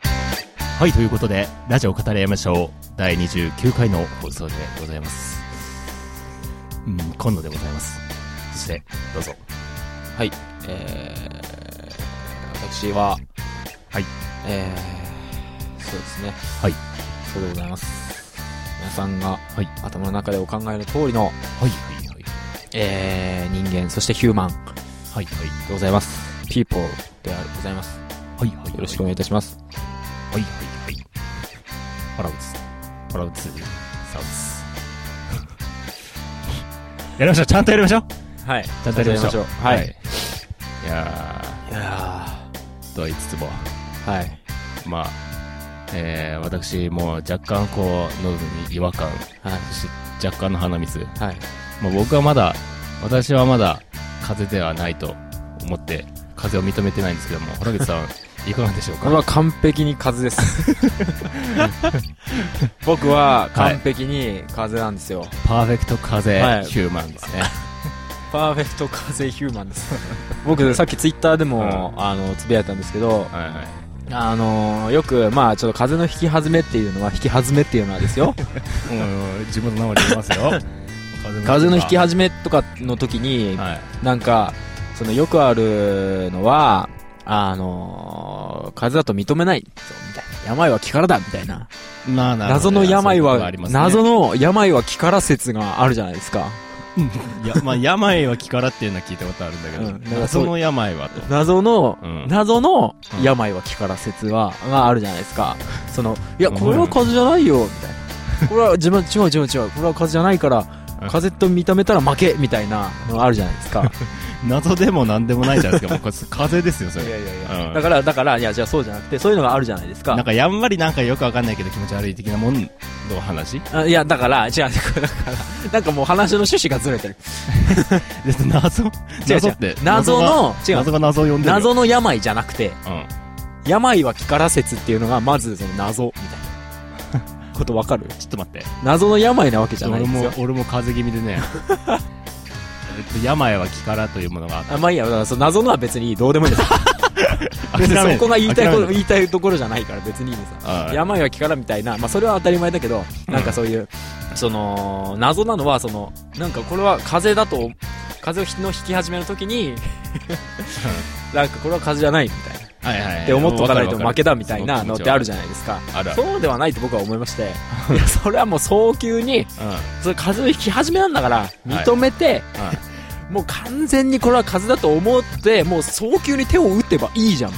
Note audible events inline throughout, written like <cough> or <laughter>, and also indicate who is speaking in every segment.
Speaker 1: はいということでラジオ語り合いましょう第29回の放送でございますうん今度でございますそしてどうぞ
Speaker 2: はい、えー、私は、
Speaker 1: はい。
Speaker 2: えー、そうですね。
Speaker 1: はい。
Speaker 2: そうでございます。皆さんが
Speaker 1: はい
Speaker 2: 頭の中でお考えの通りの、
Speaker 1: はいはいはい
Speaker 2: えー、人間、そしてヒューマン
Speaker 1: はいはい
Speaker 2: でございます。people でございます。
Speaker 1: はいはい
Speaker 2: よろしくお願いいたします。
Speaker 1: はいはいはい腹打つ腹打つサウスやりましょうちゃんとやりましょう
Speaker 2: はい。
Speaker 1: ちゃんとやりましょう
Speaker 2: ょう。はい。い、
Speaker 1: いや
Speaker 2: や
Speaker 1: ーとは言いつつも
Speaker 2: ー、はい。
Speaker 1: まあ、えー、私も若干こう、喉に違和感、
Speaker 2: はい。
Speaker 1: そして若干の鼻水。
Speaker 2: はい。
Speaker 1: まあ僕はまだ、私はまだ風邪ではないと思って、風邪を認めてないんですけども、原口さん、い <laughs> かがでしょう
Speaker 2: これ
Speaker 1: か
Speaker 2: は完璧に風邪です。 <laughs> 僕は完璧に風邪なんですよ。
Speaker 1: パーフェクト風邪、
Speaker 2: はい
Speaker 1: ヒューマンですね。
Speaker 2: パーフェクト風ヒューマンです。僕、さっきツイッターでも、あの、つぶやいたんですけど、
Speaker 1: はいはい。
Speaker 2: あの、よく、まあ、ちょっと風の引き始めっていうのは、引き始めっていうのはで
Speaker 1: <laughs>
Speaker 2: すよ。
Speaker 1: うん、自分の名前で言います <laughs> よ。
Speaker 2: 風の引き
Speaker 1: は
Speaker 2: 始めとかの時に、
Speaker 1: はい。
Speaker 2: なんか、その、よくあるのは、あの、風邪だと認めない。そうみたいな。病は気からだ、みたいな。
Speaker 1: まあ、なるほ
Speaker 2: 謎
Speaker 1: ど
Speaker 2: の病
Speaker 1: そういうことがあ
Speaker 2: は、
Speaker 1: りますね
Speaker 2: 謎の病は気から説があるじゃないですか。
Speaker 1: いや、まあ、病は気からっていうのは聞いたことあるんだけど、
Speaker 2: うんだからそう
Speaker 1: 謎の病はと。
Speaker 2: 謎の、
Speaker 1: うん
Speaker 2: 謎の病は気から説は、があるじゃないですか。その、いや、
Speaker 1: うん
Speaker 2: これは風邪じゃないよ、みたいな。これは自分、違う違う違う、これは風邪じゃないから、風邪と認めたら負け、みたいなのがあるじゃないです
Speaker 1: <laughs>
Speaker 2: か。
Speaker 1: 謎でも何でもないじゃないですか。もうこれ風邪ですよ、そ <laughs> れ。うん
Speaker 2: だから、だから、いや、じゃあそうじゃなくて、そういうのがあるじゃないですか。
Speaker 1: なんかやんわりなんかよくわかんないけど気持ち悪い的なもんの話
Speaker 2: あいや、だから、違う、だから、なんかもう話の趣旨がずれてる。
Speaker 1: 謎
Speaker 2: 違う
Speaker 1: 謎って
Speaker 2: 謎の
Speaker 1: 謎が
Speaker 2: 違う
Speaker 1: 謎が謎を呼んでるよ
Speaker 2: 謎の病じゃなくて、
Speaker 1: うん
Speaker 2: 病は気から説っていうのが、まず、その謎、みたいな。ことわかる
Speaker 1: ちょっと待って
Speaker 2: 謎の病なわけじゃない
Speaker 1: 俺
Speaker 2: んで
Speaker 1: も
Speaker 2: すよ。
Speaker 1: 俺も風邪気味 <laughs> でねえっと病は気からというものがあっ
Speaker 2: あまあいいや、だからその謎のは別にいいどうでもいいです。
Speaker 1: た
Speaker 2: 別
Speaker 1: 諦
Speaker 2: に
Speaker 1: め
Speaker 2: そこが言いたいこと、
Speaker 1: 諦め
Speaker 2: 言いたいところじゃないから別にいいです。
Speaker 1: ああ
Speaker 2: 病は気からみたいな、まあそれは当たり前だけど、なんかそういう、その、謎なのは、その、なんかこれは風邪だと、風邪の引き始めの時に、なんかこれは風邪じゃないみたいな。
Speaker 1: はいはい
Speaker 2: って思っておかないと負けだみたいな
Speaker 1: そ
Speaker 2: の
Speaker 1: の
Speaker 2: っ
Speaker 1: 気持ちは
Speaker 2: てあるじゃないですか。
Speaker 1: あるある
Speaker 2: そうではないと僕は思いまして、いや、それはもう早急
Speaker 1: う
Speaker 2: に、
Speaker 1: んうん
Speaker 2: それ風邪の引き始めなんだから、認めて、もう完全にこれは風邪だと思って、もう早急に手を打ってばいいじゃん。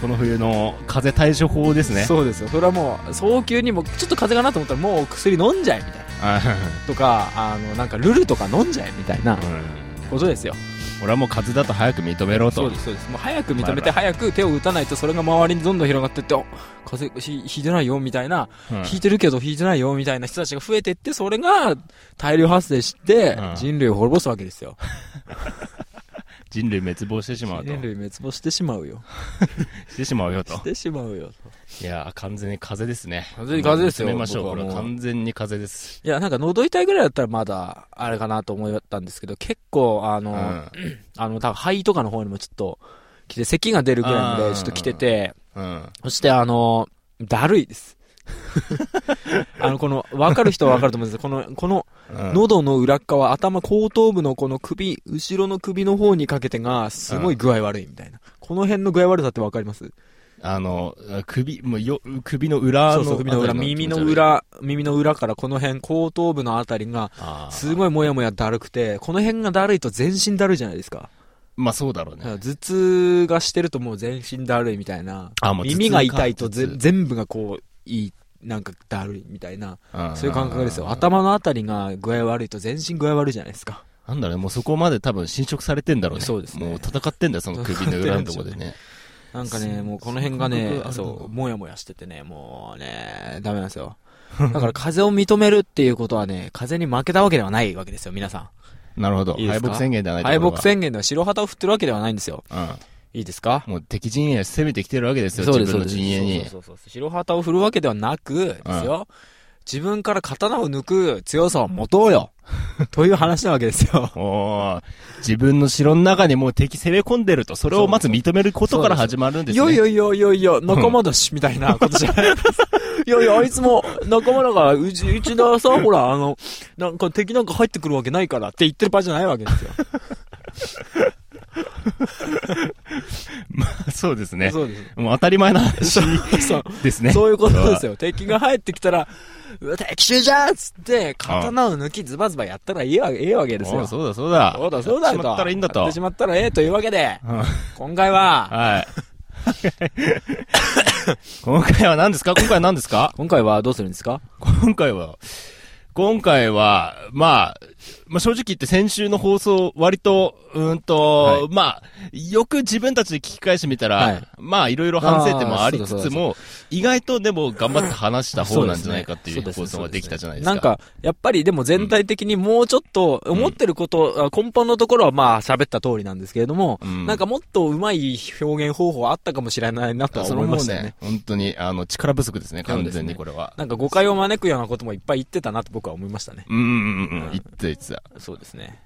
Speaker 1: この冬の風邪対処法ですね
Speaker 2: そうですよ。それはもう、早急にもう、ちょっと風邪かなと思ったら、もう薬飲んじゃえ、みたいな。
Speaker 1: う
Speaker 2: とか、あの、なんかルルとか飲んじゃえ、みたいなん
Speaker 1: うん
Speaker 2: ことですよ。
Speaker 1: 俺はもう風邪だと早く認めろと
Speaker 2: す、そうです。もう早く認め
Speaker 1: ま
Speaker 2: て、
Speaker 1: あ
Speaker 2: 早く手を打たないと、それが周りにどんどん広がってって、お風邪ひひいてないよ、みたいな、
Speaker 1: うん
Speaker 2: ひいてるけどひいてないよ、みたいな人たちが増えてって、それが大量発生して
Speaker 1: うん、
Speaker 2: 人類を滅ぼすわけですよ。
Speaker 1: 人類滅亡してしまうと
Speaker 2: 人類滅亡してしまうよ。
Speaker 1: してしまうよと
Speaker 2: してしまうよ。
Speaker 1: いやー完全に風邪ですね。
Speaker 2: 完全に風邪ですよ
Speaker 1: もうやめましょう。こ
Speaker 2: 僕
Speaker 1: れ
Speaker 2: はもう
Speaker 1: は完全に風邪です。
Speaker 2: いや、なんか喉痛いぐらいだったらまだ、あれかなと思ったんですけど、結構、あ
Speaker 1: う
Speaker 2: の、
Speaker 1: ん。
Speaker 2: あの、多分肺とかの方にもちょっと来て、咳が出るぐらいま
Speaker 1: あ
Speaker 2: で
Speaker 1: ー
Speaker 2: ちょっと来てて、
Speaker 1: うん。
Speaker 2: そしてあの、だるいです。 <laughs> あの、この、わかる人はわかると思うんですけど、この、こ
Speaker 1: うん
Speaker 2: の、喉の裏っ側、頭、後頭部のこの首、後ろの首の方にかけてが、すごい具合悪いみたいな。この辺の具合悪さってわかります
Speaker 1: あの、首、もうよ、首の裏
Speaker 2: そ
Speaker 1: の。
Speaker 2: うそう、首の裏、
Speaker 1: あたり
Speaker 2: 耳の。裏、耳の裏からこの辺、後頭部のあたりが、
Speaker 1: あー
Speaker 2: すごいもやもやだるくて、この辺がだるいと全身だるいじゃないですか。
Speaker 1: まあそうだろうね。
Speaker 2: 頭痛がしてるともう全身だるいみたいな。
Speaker 1: あもう頭痛
Speaker 2: 耳が痛いと
Speaker 1: 頭
Speaker 2: ぜ
Speaker 1: 痛
Speaker 2: 全部がこう、いい、なんかだるいみたいな。
Speaker 1: ん
Speaker 2: そういう感覚ですよ。。
Speaker 1: ん
Speaker 2: 頭のあたりが具合悪いと全身具合悪いじゃないですか。
Speaker 1: なんだろうね、もうそこまで多分侵食されてんだろうね。
Speaker 2: そうですね
Speaker 1: もう戦ってんだよ、その首の裏のとこでね。
Speaker 2: なんか
Speaker 1: そ
Speaker 2: ね、
Speaker 1: う
Speaker 2: もうこの辺が
Speaker 1: そういう
Speaker 2: ね
Speaker 1: 感、覚あるの
Speaker 2: そう、もやもやしててね、もうね、ダメなんですよ。だから風邪を認めるっていうことはね、風邪に負けたわけではないわけですよ、皆さ
Speaker 1: なるほど。
Speaker 2: いいで
Speaker 1: 敗
Speaker 2: すか
Speaker 1: 北宣言じゃな
Speaker 2: ん。
Speaker 1: い
Speaker 2: 敗北
Speaker 1: 宣
Speaker 2: 宣言では白旗を振ってるわけではないんですよ。
Speaker 1: 言。
Speaker 2: いいですか
Speaker 1: うん。もう敵陣営攻めてきてるわけですよ、
Speaker 2: そうで
Speaker 1: 自
Speaker 2: す
Speaker 1: 分の陣営に
Speaker 2: そう。ですそうそうそうそう白旗を振るわけではなくですよ、自分から刀を抜く強さを持とうよ。という話なわけですよ。
Speaker 1: おー自分の城の中にもう敵攻め込んでると、それをまず認めることから始まるんですね。
Speaker 2: よいよいよいよいよ、仲間だし、みたいなことじゃな
Speaker 1: <laughs>
Speaker 2: いです。いやいや、あいつも仲間だから、うち、うちださ、ほら、あの、なんか敵なんか入ってくるわけないからって言ってる場合じゃないわけですよ。
Speaker 1: そうですね。
Speaker 2: そうです。
Speaker 1: もう当たり前な話
Speaker 2: そう。
Speaker 1: ですね。
Speaker 2: そういうことで
Speaker 1: <laughs>
Speaker 2: すよ。敵が入ってきたら、うわ敵襲じゃんっつって、刀を抜きズバズバやったらいいわけ、いいわけです
Speaker 1: お
Speaker 2: よ。
Speaker 1: う
Speaker 2: そう
Speaker 1: そうだそうだ。
Speaker 2: だ、そうだ
Speaker 1: やっ
Speaker 2: と。
Speaker 1: ちまったらいいんだと
Speaker 2: やってしまったらええというわけで、
Speaker 1: うん
Speaker 2: 今回は、
Speaker 1: はい。今回は何ですか今回は何ですか
Speaker 2: 今回はどうするんですか
Speaker 1: 今回は、今回は、まあ、まあ正直言って先週の放送、割と、うーんと、
Speaker 2: はい
Speaker 1: まあ、よく自分たちで聞き返してみたら、
Speaker 2: はい
Speaker 1: まあいろいろ反省点もあり
Speaker 2: あー
Speaker 1: つ
Speaker 2: そう
Speaker 1: つ
Speaker 2: だ
Speaker 1: も、意外とでも頑張って話した方なんじゃないかってい
Speaker 2: そう
Speaker 1: う
Speaker 2: ですね
Speaker 1: 放送ができたじゃないですか。
Speaker 2: なん、か、やっぱりでも全体的にもうちょっと、思ってること、根本のところはまあ喋った通りなんですけれども、
Speaker 1: うん
Speaker 2: なんかもっと上手い表現方法あったかもしれないなとは
Speaker 1: そ
Speaker 2: 思
Speaker 1: の
Speaker 2: いま
Speaker 1: もう
Speaker 2: したよ
Speaker 1: ね
Speaker 2: ね。、
Speaker 1: 本当に、あの、力不足ですね、完全にこれは。
Speaker 2: なんか誤解を招くようなこともいっぱい言ってたなと僕は思いましたね。
Speaker 1: うんうんうんうん、言ってた言ってた。
Speaker 2: そうですね。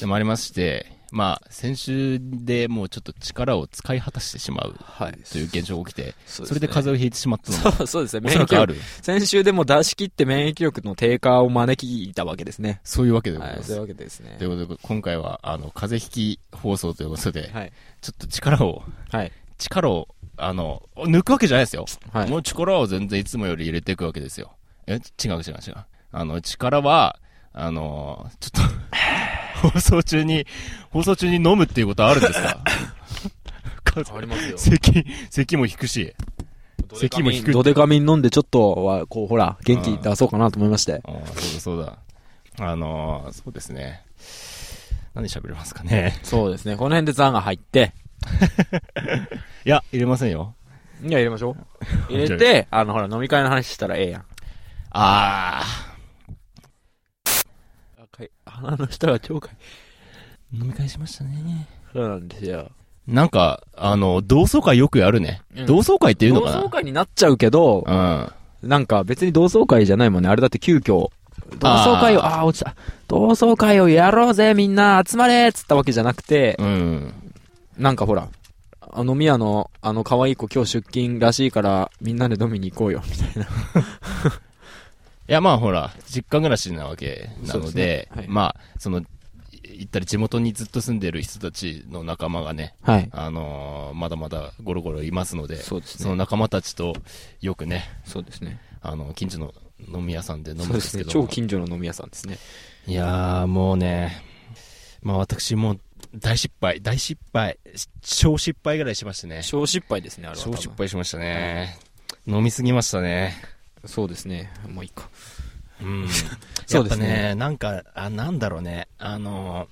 Speaker 1: でもありまして、まあ、先週でもうちょっと力を使い果たしてしまう
Speaker 2: はい。
Speaker 1: という現象が起きて、
Speaker 2: そ
Speaker 1: そう
Speaker 2: ですね
Speaker 1: れで風邪をひいてしまったのも、
Speaker 2: そうそうですね。
Speaker 1: おそらくある。
Speaker 2: 先週でも出し切って免疫力の低下を招きたわけですね。
Speaker 1: そういうわけでござい
Speaker 2: はい、
Speaker 1: ま
Speaker 2: そうい
Speaker 1: す。
Speaker 2: うわけですね
Speaker 1: とい。うことで、今回は、あの、風邪ひき放送ということで、
Speaker 2: はい。
Speaker 1: ちょっと力を、
Speaker 2: はい。
Speaker 1: 力を、あの、抜くわけじゃないですよ。
Speaker 2: はい
Speaker 1: もう力を全然いつもより入れていくわけですよ。え、違う違う違う。あの、力は、あの、ちょっと、
Speaker 2: <laughs>
Speaker 1: 放送中に、放送中に飲むっていうことはあるんですか <laughs>
Speaker 2: ありますよ
Speaker 1: 咳、咳も引くし。咳も引く。
Speaker 2: ドデカミン飲んでちょっとは、こう、ほら、元気出そうかなと思いまして。
Speaker 1: ああ、そうだそうだ。あのー、そうですね。何喋れますかね。
Speaker 2: そうですね。この辺でザンが入って、
Speaker 1: いや、入れませんよ。
Speaker 2: いや、入れましょう。入れて、あの、ほら、飲み会の話したらええやん。
Speaker 1: あ
Speaker 2: 鼻の下が超かい。
Speaker 1: ー。飲み会しましたね。
Speaker 2: そうなんですよ。
Speaker 1: なんか、あの、同窓会よくやるね。
Speaker 2: うん
Speaker 1: 同窓会っていう
Speaker 2: 同
Speaker 1: のかな
Speaker 2: 窓会になっちゃうけど、
Speaker 1: うん。
Speaker 2: なんか別に同窓会じゃないもんね。あれだって急遽。同窓会を、
Speaker 1: あ
Speaker 2: あ
Speaker 1: ー
Speaker 2: あー、落ちた。同窓会をやろうぜ、みんな、集まれっつったわけじゃなくて、
Speaker 1: うん。
Speaker 2: なんかほら、あ飲み屋の、あの、可愛い子今日出勤らしいから、みんなで飲みに行こうよ、みたい
Speaker 1: いや、まあほら、実家暮らしなわけなの
Speaker 2: そう
Speaker 1: で、
Speaker 2: ですねはい
Speaker 1: まあ、その、い言ったら地元にずっと住んでる人たちの仲間がね、
Speaker 2: な。はい。
Speaker 1: あのーまだまだゴロゴロいますので、
Speaker 2: そうですね
Speaker 1: その仲間たちとよくね、
Speaker 2: そうですね。
Speaker 1: あの、近所の飲み屋さんで飲む
Speaker 2: そ
Speaker 1: ん
Speaker 2: うで
Speaker 1: ですすけ。
Speaker 2: ね
Speaker 1: ど。
Speaker 2: 超近所の飲み屋さんですね。
Speaker 1: いやー、もうね、まあ私もう大失敗、大失敗、し小失敗ぐらいしましたね。
Speaker 2: 小失敗ですね、あれは。
Speaker 1: 小失。敗しましたね。飲みすぎましたね。
Speaker 2: そうですね。もういいか。
Speaker 1: うん。
Speaker 2: <laughs> そ
Speaker 1: そううで
Speaker 2: で
Speaker 1: すす
Speaker 2: ね
Speaker 1: ね。なんか、あ、なんだろうね。あの、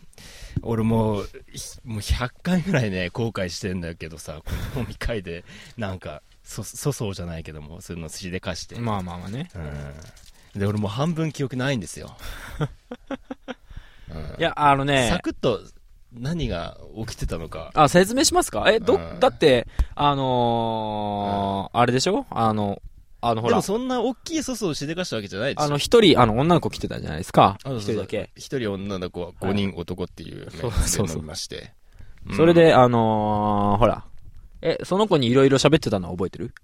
Speaker 1: 俺もう、ひもう100回ぐらいね、後悔してんだけどさ、この飲み会で、なんか、そ、粗相じゃないけども、そういうのしでかして。
Speaker 2: まあまあまあね。
Speaker 1: うんで、俺もう半分記憶ないんです
Speaker 2: <laughs>
Speaker 1: よ。うん
Speaker 2: いや、あのね
Speaker 1: サ、クッと何が起きてたのか。
Speaker 2: あ、説明しますかえ、ど
Speaker 1: う、ん
Speaker 2: だって、あのー、あれでしょあの、あのほ
Speaker 1: で
Speaker 2: ら
Speaker 1: も、そんな大きい粗相をしでかしたわけじゃないです
Speaker 2: あの、一人、あの、女の子来てたじゃないですか。
Speaker 1: あそう
Speaker 2: 一
Speaker 1: そう
Speaker 2: 人
Speaker 1: そう
Speaker 2: だけ。
Speaker 1: 一人女の子は5人男っていう
Speaker 2: そ
Speaker 1: 面
Speaker 2: うそう
Speaker 1: で
Speaker 2: そう
Speaker 1: 飲みまして。うん
Speaker 2: <laughs> それ、で、あのー、ほら。え、その子にいろいろ喋ってたのは覚えてる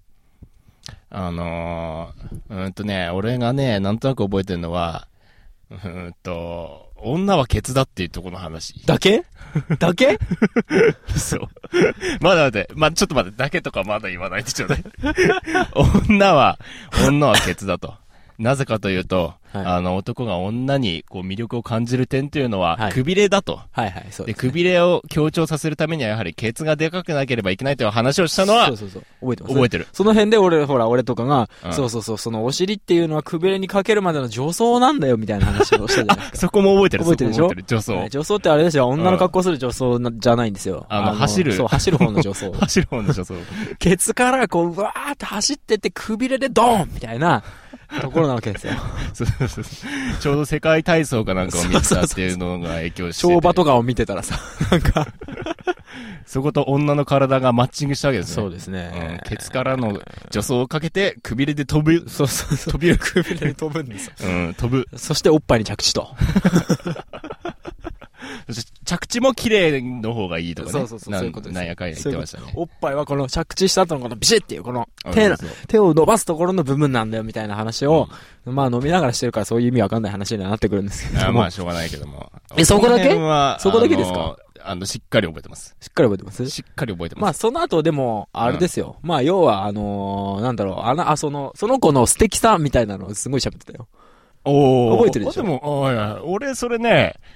Speaker 1: あのー、うーんとね、俺がね、なんとなく覚えてるのは、うーんと、女はケツだっていうところの話。
Speaker 2: だけだけ
Speaker 1: <laughs> そう。まだ待って、まあ、ちょっと待って、だけとかまだ言わないでちょうだい。女は、女はケツだと。なぜかというと、
Speaker 2: はい
Speaker 1: あの、男が女にこう魅力を感じる点というのは、
Speaker 2: はい
Speaker 1: くびれだと。
Speaker 2: はいはい、そう
Speaker 1: で、くびれを強調させるためには、やはりケツがでかくなければいけないという話をしたのは
Speaker 2: そう、そうそう。覚えてます
Speaker 1: 覚えてる。
Speaker 2: その辺で俺、ほら、俺とかが、
Speaker 1: うん
Speaker 2: そうそうそう、そのお尻っていうのはくびれにかけるまでの助走なんだよ、みたいな話をしたじゃ <laughs> ないですか。
Speaker 1: そこも覚えてる。
Speaker 2: 覚えてるでし
Speaker 1: そこ
Speaker 2: ょ
Speaker 1: も覚えてる
Speaker 2: はい
Speaker 1: 女装。
Speaker 2: 助走ってあれですよ、女の格好する助走なじゃないんですよ。
Speaker 1: あの走る。
Speaker 2: そう、走る方の助走 <laughs>
Speaker 1: 走る方の女装。
Speaker 2: ケツからこう、うわーって走ってって、くびれでドーンみたいなところなわけ <laughs> ですよ。
Speaker 1: そうそうそうちょうど世界体操かなんかを見てたっていうのが影響してて。
Speaker 2: 跳馬とかを見てたらさ、なんか、
Speaker 1: そこと女の体がマッチングしたわけですね。
Speaker 2: そうです
Speaker 1: うん
Speaker 2: ね。
Speaker 1: ケツからの助走をかけて、くびれで飛ぶ、
Speaker 2: そうそうそう。飛びるくびれで飛ぶんですよ。
Speaker 1: うん、飛ぶ。
Speaker 2: <laughs> そしておっぱいに着地と。
Speaker 1: そして着地も綺麗の方がいいとかね。
Speaker 2: そうそうそう
Speaker 1: なん
Speaker 2: そういうことです
Speaker 1: なんやかんや言ってましたね。
Speaker 2: おっぱいはこの着地した後のこのビシッっていうこの手な
Speaker 1: そうそう
Speaker 2: 手を伸ばすところの部分なんだよみたいな話を、まあ飲みながらしてるからそういう意味わかんない話にはなってくるんですけ
Speaker 1: あ
Speaker 2: ども、
Speaker 1: まあ、
Speaker 2: し
Speaker 1: しょうがないけども。
Speaker 2: えそこだけ
Speaker 1: の辺は
Speaker 2: そこだけですか
Speaker 1: あの、あのしっかり覚えてます。
Speaker 2: っかり覚えてます
Speaker 1: しっかり覚えて
Speaker 2: ま
Speaker 1: ま
Speaker 2: あ
Speaker 1: す。
Speaker 2: その後でも、あれですよ。まあ要はあのーなんだろう、あの、あ、その、その子の素敵さみたいなのをすごい喋ってたよ。
Speaker 1: おー
Speaker 2: 覚えてるでしょ
Speaker 1: あでも、あいや俺、それね、 <laughs>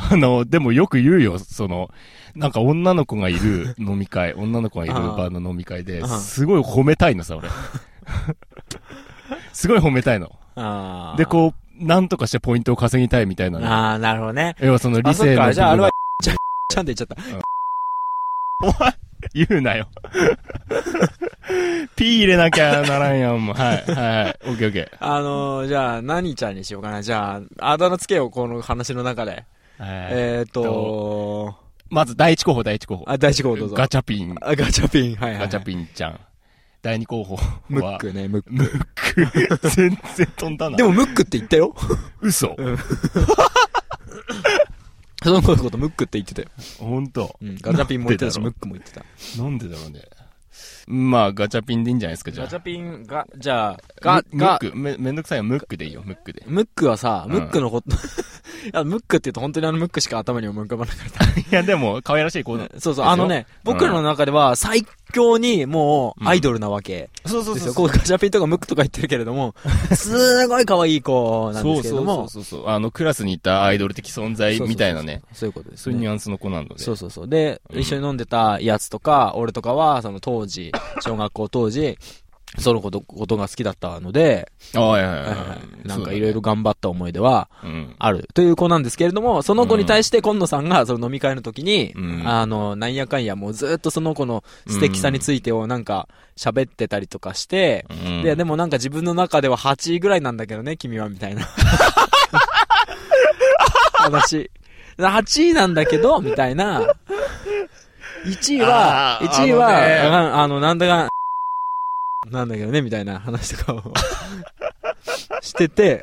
Speaker 1: あの、でもよく言うよ、その、なんか女の子がい
Speaker 2: <laughs>
Speaker 1: る飲み会、女の子がいるバーの飲み会で、
Speaker 2: ああ
Speaker 1: すごい褒めたいのさ、
Speaker 2: <laughs>
Speaker 1: 俺。すごい褒めたいの。
Speaker 2: あ
Speaker 1: で、こう、なんとかしてポイントを稼ぎたいみたいなの。
Speaker 2: ああ、なるほどね。
Speaker 1: 要はその理
Speaker 2: あ、そっ
Speaker 1: 性の部分
Speaker 2: か、
Speaker 1: は。
Speaker 2: じゃああれは、ちゃん、ちゃんって言っちゃった。
Speaker 1: 言うなよ。 <laughs> ピー入れなきゃならんやん、もう。はい、はいはい。オッケーオッケ
Speaker 2: あのーじゃあ何ちゃんにしようかな。じゃあ、あだ名つけよう、この話の中で。
Speaker 1: ー。はい
Speaker 2: えっと
Speaker 1: まず第一候補、第一候補。
Speaker 2: あ、第一号どうぞ。
Speaker 1: ガチャピン。
Speaker 2: あガチャピン、はいはい。
Speaker 1: ガチャピンちゃん。第二候補
Speaker 2: ムッ
Speaker 1: は。
Speaker 2: クね、ムック。
Speaker 1: ムック。 <laughs> 全然飛んだな。
Speaker 2: でも、ムックって言ったよ。
Speaker 1: 嘘。
Speaker 2: その子のことムックって言ってたよ。
Speaker 1: ほんと。
Speaker 2: うん、ガチャピンも言ってたし、ム
Speaker 1: なんでだろう
Speaker 2: ックも言ってた。
Speaker 1: なんでだろうね。まあ、ガチャピンでいいんじゃないですか、じゃあ。
Speaker 2: ガチャピンが、じゃあ、
Speaker 1: ガ
Speaker 2: が、
Speaker 1: ムッ
Speaker 2: が、
Speaker 1: ク。め、めんどくさいよ。ムックでいいよ、ムックで。
Speaker 2: ムックはさ、
Speaker 1: うん
Speaker 2: ムックのこと、い <laughs> やムックって言うと本当にあのムックしか頭に思い浮かばなかっ
Speaker 1: いや、でも、可愛らしい子だ。
Speaker 2: た。 <laughs> そうそ
Speaker 1: です
Speaker 2: う、
Speaker 1: よ
Speaker 2: あのね、僕らの中では最強にもうアイドルなわけ
Speaker 1: そうそ
Speaker 2: ですよ。こうガチャピンとかムックとか言ってるけれど <laughs> も、すごい可愛い子なんですけれども。
Speaker 1: そうそうそうそうあのクラスにいたアイドル的存在みたいなね
Speaker 2: そういうことです
Speaker 1: そういうニ
Speaker 2: ね。
Speaker 1: ュアンスの子なので
Speaker 2: そうそうそう。で、
Speaker 1: うん
Speaker 2: 一緒に飲んでたやつとか、俺とかは、その当時、小学校当時、その子とことが好きだったので、
Speaker 1: ああいやいやい
Speaker 2: はい
Speaker 1: や
Speaker 2: はいなんかいろいろ頑張った思い出は
Speaker 1: そうだね
Speaker 2: あるという子なんですけれども、その子に対して今野さんがその飲み会の時に、
Speaker 1: うん
Speaker 2: あの、なんやかんやもうずっとその子の素敵さについてをなんか喋ってたりとかして、
Speaker 1: うんうん
Speaker 2: で、でもなんか自分の中では8位ぐらいなんだけどね、君は、みたいな。話。8位なんだけど、みたいな。1位は
Speaker 1: あ、ー
Speaker 2: 1位
Speaker 1: あ
Speaker 2: は、
Speaker 1: のね
Speaker 2: ああの、なんだか、なんだけどね、みたいな話とかをしてて、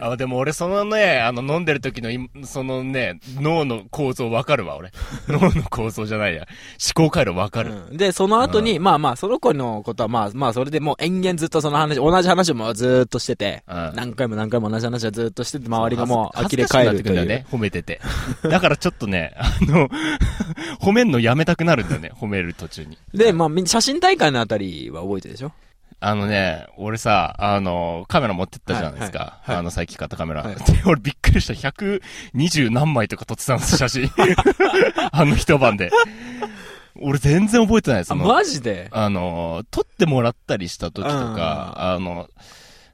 Speaker 1: あでも俺そのねあの飲んでる時のいそのね脳の構造わかるわ
Speaker 2: <laughs>
Speaker 1: 俺脳の構造じゃないや思考回路わかる、
Speaker 2: うんで、その後に、まあまあ、その子のことは、まあまあ、それでもう延々ずっとその話、同じ話もずーっとしてて、
Speaker 1: うん
Speaker 2: 何回も何回も同じ話はずーっとしてて、周りがもう
Speaker 1: 恥ず
Speaker 2: 呆れ
Speaker 1: 恥ずかしく
Speaker 2: 返
Speaker 1: なっ
Speaker 2: る
Speaker 1: てく
Speaker 2: とい
Speaker 1: ん
Speaker 2: う。
Speaker 1: だよね褒めててだからちょっとねあの <laughs> 褒めんのやめたくなるんだよね褒める途中に
Speaker 2: で、まあ、み写真大会のあたりは覚えてるでしょ
Speaker 1: あのね、俺さ、あの、カメラ持ってったじゃないですか。
Speaker 2: はいはいはい
Speaker 1: あの、最近買ったカメラ。
Speaker 2: はい
Speaker 1: で、俺びっくりした。120何枚とか撮ってたんです、写
Speaker 2: <laughs>
Speaker 1: 真。あの一晩で。俺全然覚えてないです。そ
Speaker 2: あ、
Speaker 1: の
Speaker 2: マジで
Speaker 1: あの、撮ってもらったりした時とか、あの、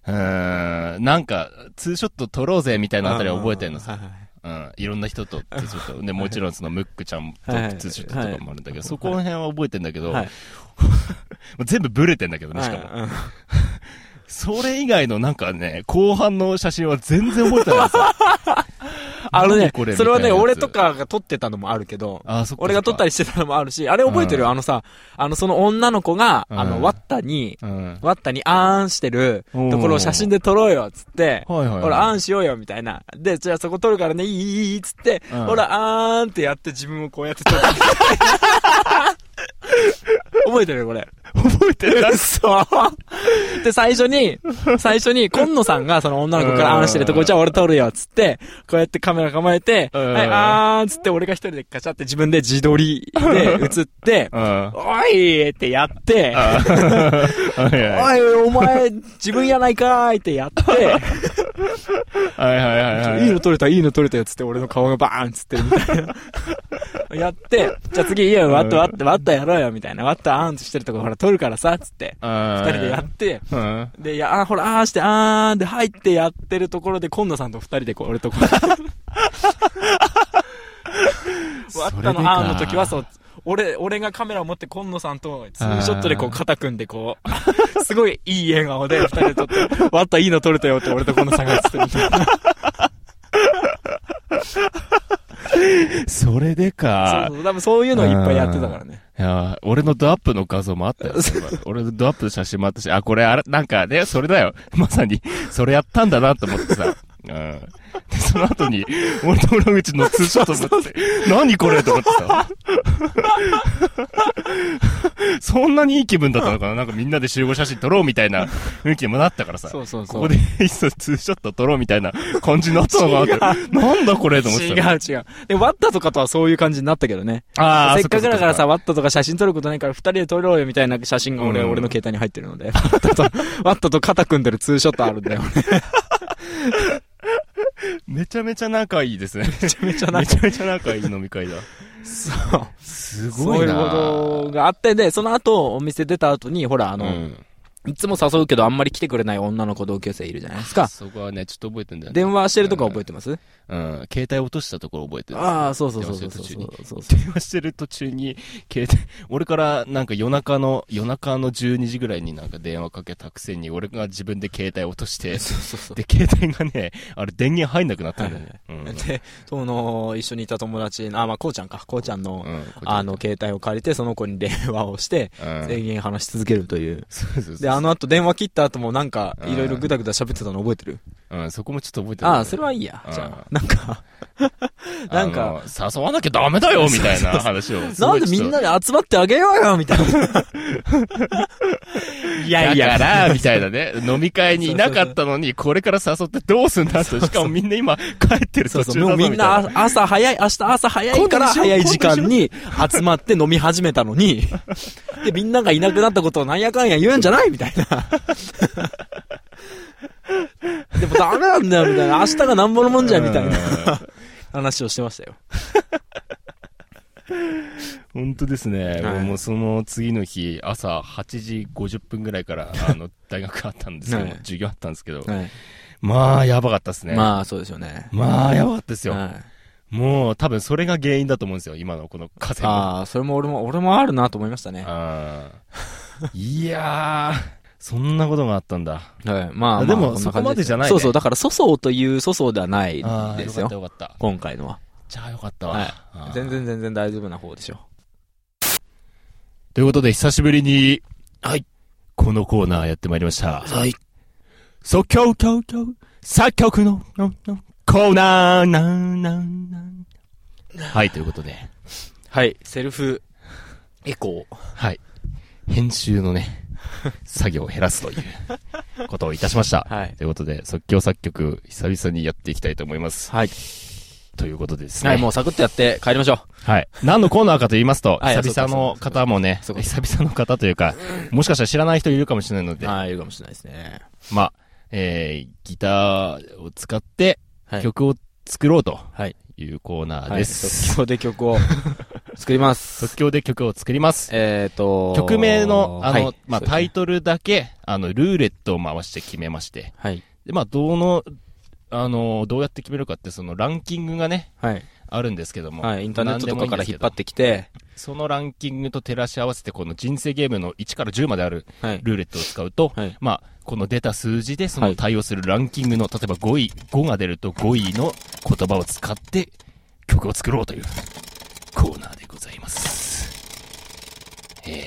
Speaker 1: うーん、なんか、ツーショット撮ろうぜみたいなあたりは覚えてるのさ。
Speaker 2: はいはいはい
Speaker 1: うん。いろんな人とツーショット。で、もちろんそのムックちゃんとツ
Speaker 2: はいはい
Speaker 1: ーショットとかもあるんだけ
Speaker 2: はい
Speaker 1: ど、そこら辺は覚えてんだけど、
Speaker 2: はい
Speaker 1: 全部ブレてんだけどね、しかも。それ以外のなんかね、後半の写真は全然覚えてない
Speaker 2: <laughs>
Speaker 1: ですよ。
Speaker 2: あのね
Speaker 1: 何こ、れ
Speaker 2: それはね、
Speaker 1: みたいなや
Speaker 2: 俺
Speaker 1: つ
Speaker 2: とかが撮ってたのもあるけど、
Speaker 1: あ、そっか。
Speaker 2: 俺が撮った
Speaker 1: り。
Speaker 2: りしてたのもあるし、あれ覚えてる
Speaker 1: うん
Speaker 2: あのさ、あの、その女の子が、
Speaker 1: うん
Speaker 2: あの、ワッタに、
Speaker 1: うん。
Speaker 2: ワッタにあーんしてるところを写真で撮ろうよ、つって、
Speaker 1: はいはい。
Speaker 2: ほら、あ
Speaker 1: ん。
Speaker 2: んしようよ、みたいな。で、じゃあそこ撮るからね、いい、いい、いい、つって、
Speaker 1: うん
Speaker 2: ほら、あーんってやって自分をこうやって撮る。
Speaker 1: <laughs>
Speaker 2: 覚えてるこれ。
Speaker 1: 覚えてる。
Speaker 2: そう。で、最初に、最初に、今野さんがその女の子から
Speaker 1: うん
Speaker 2: あんしてるとこ、じゃあ俺撮るよ、つって、こうやってカメラ構えて、
Speaker 1: うん
Speaker 2: はい、あーんつって俺が一人でカチャって自分で自撮りで映って、
Speaker 1: うん。
Speaker 2: <laughs>
Speaker 1: あ
Speaker 2: おいってやって、
Speaker 1: あはいは
Speaker 2: おい、お前、自分やないかーいってやって、
Speaker 1: い。はいはいはいはい。
Speaker 2: いいの撮れた、いいの撮れたよっつって、俺の顔がバーンっつってるみたいな。やって、じゃあ次、いいよ、わっとわっとわっとやろうよ、みたいな。わっとあーんとしてるとこ、ほら、撮るからさ、つって。
Speaker 1: あ
Speaker 2: 二
Speaker 1: ー
Speaker 2: 人でやって、
Speaker 1: うん。
Speaker 2: で、や、あー、ほら、あーして、あーんで入ってやってるところで、今野さんと二人でこう、
Speaker 1: <laughs>
Speaker 2: 俺 <laughs> とこう。わっ
Speaker 1: それ
Speaker 2: た
Speaker 1: でか
Speaker 2: のあーんの時は、そう、俺、俺がカメラを持って今野さんとツーショットでこう
Speaker 1: あー
Speaker 2: 肩組んでこう、 <laughs> すごいいい笑顔で二人で撮って、 <laughs> わったいいの撮れたよって俺と今野さんが映ってるみたいな。
Speaker 1: それでか。
Speaker 2: そうそう、多分そういうのをいっぱいやってたからね。
Speaker 1: いやー俺のドアップの画像もあ
Speaker 2: <laughs>
Speaker 1: ったよ。俺のドアップの写真もあったし、あ、これ、あれ、なんかね、それだよ。まさに、それやったんだなと思ってさ。うん。で、その後に、俺と村口のツーショットもって、何これと思ってさ。そんなにいい気分だったのかななんかみんなで集合写真撮ろうみたいな雰囲気にもなったからさ。
Speaker 2: そうそうそう。
Speaker 1: ここで、いっそツーショット撮ろうみたいな感じになったのかなって。なんだこれと思っ
Speaker 2: 違
Speaker 1: て
Speaker 2: う
Speaker 1: た。
Speaker 2: 違う。で、ワッタとかとはそういう感じになったけどね。
Speaker 1: あー
Speaker 2: せっかくだから、
Speaker 1: そ
Speaker 2: さ、ワッタとか写真撮ることないから二人で撮ろうよみたいな写真が俺、
Speaker 1: うん
Speaker 2: 俺の携帯に入ってるので。ワッタと、ワッタと肩組んでるツーショットあるんだよ。俺
Speaker 1: っかめちゃめちゃ仲いいですね。
Speaker 2: めちゃめちゃな
Speaker 1: め
Speaker 2: んか
Speaker 1: ちゃめちゃ仲いい飲み会だ。
Speaker 2: そう。
Speaker 1: す
Speaker 2: そう
Speaker 1: ご
Speaker 2: い
Speaker 1: いうな
Speaker 2: ことがあって、で、その後、お店出た後に、ほら、あ
Speaker 1: あ
Speaker 2: の、いつも誘うけどあんまり来てくれない女の子同級生いるじゃないですか。
Speaker 1: そこはね、ちょっと覚えてんだよね。
Speaker 2: 電話してるとか覚えてます
Speaker 1: うん、携帯落としたところ覚えてる。
Speaker 2: ああ、そうそうそうそ
Speaker 1: 電
Speaker 2: うそ
Speaker 1: 話
Speaker 2: う
Speaker 1: して
Speaker 2: そ
Speaker 1: る途中に
Speaker 2: うそう。
Speaker 1: 電話してる途中に、携帯、 <laughs> 俺からなんか夜中の、夜中の12時ぐらいになんか電話かけたくせに、俺が自分で携帯落として、
Speaker 2: そうそう
Speaker 1: で、携帯がね、あれ電源入んなくなったんだよね。うん
Speaker 2: <laughs> で、その、一緒にいた友達の、あ、まあ、こうちゃんか、こうちゃんの、
Speaker 1: うんこっち
Speaker 2: あの、携帯を借りて、その子に電話をして、
Speaker 1: うん
Speaker 2: 全員話し続けるという。
Speaker 1: そうそうそう
Speaker 2: で、あの後電話切った後もなんか、
Speaker 1: うん
Speaker 2: いろいろぐだぐだ喋ってたの覚えてる
Speaker 1: うん、そこもちょっと覚えてるんだよね
Speaker 2: ああ、それはいいや
Speaker 1: う。ん
Speaker 2: じゃあ、なん <laughs> か、なんか、
Speaker 1: あの誘わなきゃダメだよみたいな話を。す
Speaker 2: な
Speaker 1: ご
Speaker 2: ん
Speaker 1: い
Speaker 2: で
Speaker 1: ちょっと
Speaker 2: みんなで集まってあげようよみたいな。いやいや、
Speaker 1: だから、みたいなね。飲み会にいなかったのに、これから誘ってどうすんだと。しかもみんな今帰ってる
Speaker 2: そう
Speaker 1: 途
Speaker 2: そ
Speaker 1: 中だぞ
Speaker 2: う、もうみん
Speaker 1: みたいな。
Speaker 2: な朝早い、明日朝早い
Speaker 1: 今
Speaker 2: から
Speaker 1: 度にしよ
Speaker 2: 早
Speaker 1: う
Speaker 2: い時間に集まって飲み始めたのに、で、みんながいなくなったことをなんやかんや言うんじゃないみたい <laughs> な。でもダメなんだよ、みたいな。明日がなんぼのもんじゃ、みたいな
Speaker 1: な。
Speaker 2: 話をしてましたよ。
Speaker 1: 本当ですね。
Speaker 2: はい
Speaker 1: もうその次の日、朝8時50分ぐらいから、あ
Speaker 2: <laughs>
Speaker 1: の、大学あったんですけど、
Speaker 2: はい
Speaker 1: 授業あったんですけど、まあ、やばかったですね。まあ、
Speaker 2: まあ、そうですよね。
Speaker 1: やばかったですよ。
Speaker 2: はい
Speaker 1: もう、多分それが原因だと思うんですよ。今のこの風の。
Speaker 2: ああ、それも俺も、俺もあるなと思いましたね。は
Speaker 1: あーいやー、そんなことがあったんだ。
Speaker 2: い。まあまあ、
Speaker 1: でも
Speaker 2: ん
Speaker 1: そ
Speaker 2: な感
Speaker 1: こまでじゃないね
Speaker 2: そうそう、だから粗相という粗相ではない
Speaker 1: ああ、
Speaker 2: で
Speaker 1: よか
Speaker 2: す
Speaker 1: っ
Speaker 2: よ
Speaker 1: た。よかった。
Speaker 2: 今回のは。
Speaker 1: じゃあよかったわ。
Speaker 2: はい
Speaker 1: あー
Speaker 2: 全然全然大丈夫な方でしょ。
Speaker 1: ということで、久しぶりに、はい。このコーナーやってまいりました。
Speaker 2: はい。
Speaker 1: 即興、教教、作曲の、ののコーナー、なん、なん、なん。はい、ということで、
Speaker 2: はい、セルフエコー。
Speaker 1: はい。編集のね、作業を減らすということをいたしました。
Speaker 2: はい。
Speaker 1: ということで、即興作曲、久々にやっていきたいと思います。
Speaker 2: はい。
Speaker 1: ということでですね。
Speaker 2: はい、もうサクッとやって帰りましょ
Speaker 1: はい。何のコーナーかと言いますと、
Speaker 2: はい
Speaker 1: 久々の方もね、
Speaker 2: そう
Speaker 1: 久
Speaker 2: かそ
Speaker 1: 々の方というか、もしかしたら知らない人いるかもしれないの
Speaker 2: う。
Speaker 1: で、
Speaker 2: はい、いるかもしれないですね。
Speaker 1: まあ、えー、ギターを使って
Speaker 2: はい。
Speaker 1: 曲を作ろうと
Speaker 2: はい
Speaker 1: いうコーナー
Speaker 2: はい
Speaker 1: です。
Speaker 2: 即興で曲 <laughs> を作ります。
Speaker 1: <laughs> 即興で曲を作ります。
Speaker 2: えっ、ー、と、
Speaker 1: 曲名の、あの、
Speaker 2: はい
Speaker 1: まあ、
Speaker 2: そうですね
Speaker 1: タイトルだけ、あの、ルーレットを回して決めまして、
Speaker 2: はい。
Speaker 1: で、まあ、どの、あの、どうやって決めるかって、そのランキングがね、
Speaker 2: はい。
Speaker 1: あるんですけども、、
Speaker 2: はい。インターネットとかから引っ張っててきて、
Speaker 1: そのランキングと照らし合わせて、この人生ゲームの1から10まである
Speaker 2: はい。
Speaker 1: ルーレットを使うと、
Speaker 2: はい
Speaker 1: まあ、この出た数字でそ
Speaker 2: は
Speaker 1: の
Speaker 2: い
Speaker 1: 対応するランキングの、例えば5位、5が出ると5位の言葉を使って曲を作ろうというコーナーでございます。え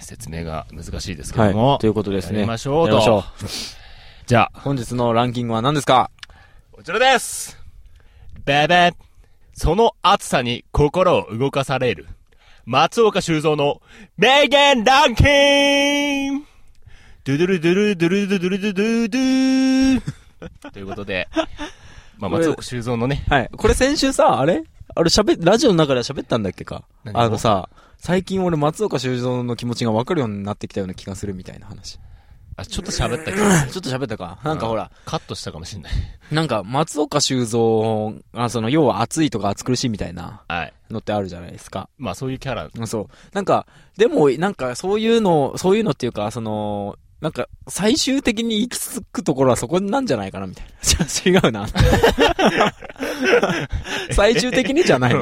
Speaker 1: ー、説明が難しいですけども、
Speaker 2: はい。ということです
Speaker 1: や
Speaker 2: ね。
Speaker 1: りましょうと
Speaker 2: やりましょ
Speaker 1: じゃ
Speaker 2: う
Speaker 1: あ、
Speaker 2: 本日のランキングは何ですか
Speaker 1: こちらですベベンその暑さに心を動かされる。松岡修造の名言ランキングドゥドゥルドゥルドゥルドゥルドゥルドゥルドゥル <laughs> ということで、まあ、
Speaker 2: これ
Speaker 1: 松岡修造のね、
Speaker 2: はい。これ先週さ、あれあれ喋、ラジオの中では喋ったんだっけか
Speaker 1: 何を
Speaker 2: あのさ、最近俺松岡修造の気持ちが分かるようになってきたような気がするみたいな
Speaker 1: <laughs>
Speaker 2: 話。
Speaker 1: あ、ちょっと喋ったけど、
Speaker 2: ちょっと喋ったかなんかほら、
Speaker 1: カットしたかもしれない。
Speaker 2: なんか、松岡修造が、その、要は暑いとか暑苦しいみたいな
Speaker 1: はい。
Speaker 2: のってあるじゃないですか。
Speaker 1: まあ、そういうキャラ。
Speaker 2: そう。なんか、でも、なんか、そういうの、そういうのっていうか、その、なんか、最終的に行き着くところはそこなんじゃないかな、 <laughs> みたいな。じゃ違
Speaker 1: <laughs>
Speaker 2: うな。最終的にじゃ
Speaker 1: <laughs>
Speaker 2: ないな。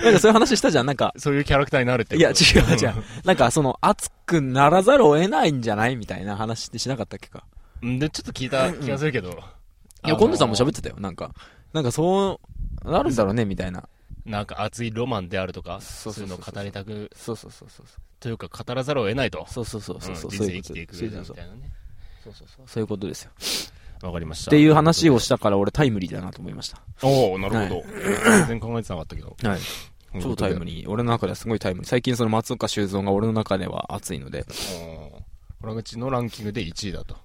Speaker 2: なんかそういう話したじゃん。なんか、
Speaker 1: そういうキャラクターになるって
Speaker 2: い
Speaker 1: こと
Speaker 2: や、違う違う。なんか、その、暑くならざるを得ないんじゃないみたいな話ってしなかったっけか。
Speaker 1: うん。で、ちょっと聞いた気がするけど。
Speaker 2: いや、今度さんも
Speaker 1: っ
Speaker 2: 喋ってたよ、なんか。なんか、そう、あるんだろうねみたいな
Speaker 1: なんか熱いロマンであるとか、そ
Speaker 2: そ
Speaker 1: うう
Speaker 2: そう
Speaker 1: い
Speaker 2: そう
Speaker 1: う
Speaker 2: そ
Speaker 1: のを
Speaker 2: う
Speaker 1: 語りたく、
Speaker 2: そうそうそうそう
Speaker 1: というか語らざるを得ないと。
Speaker 2: そうそうそうそうそう
Speaker 1: うん人
Speaker 2: そう
Speaker 1: 生
Speaker 2: い
Speaker 1: 生
Speaker 2: うこ
Speaker 1: き
Speaker 2: と
Speaker 1: ていく
Speaker 2: そう
Speaker 1: 上で
Speaker 2: そ
Speaker 1: み
Speaker 2: うそう
Speaker 1: たいなね。
Speaker 2: そういうことですよ
Speaker 1: わかりました。
Speaker 2: っていう話をしたから俺タイムリーだなと思いました
Speaker 1: おおなるほど。全然考えてなかったけど。
Speaker 2: はい超タイム
Speaker 1: ー。
Speaker 2: リー俺の中ではすごいタイムリー最近その松岡修造が俺の中では熱いので
Speaker 1: おー原口のランキングで1位だと。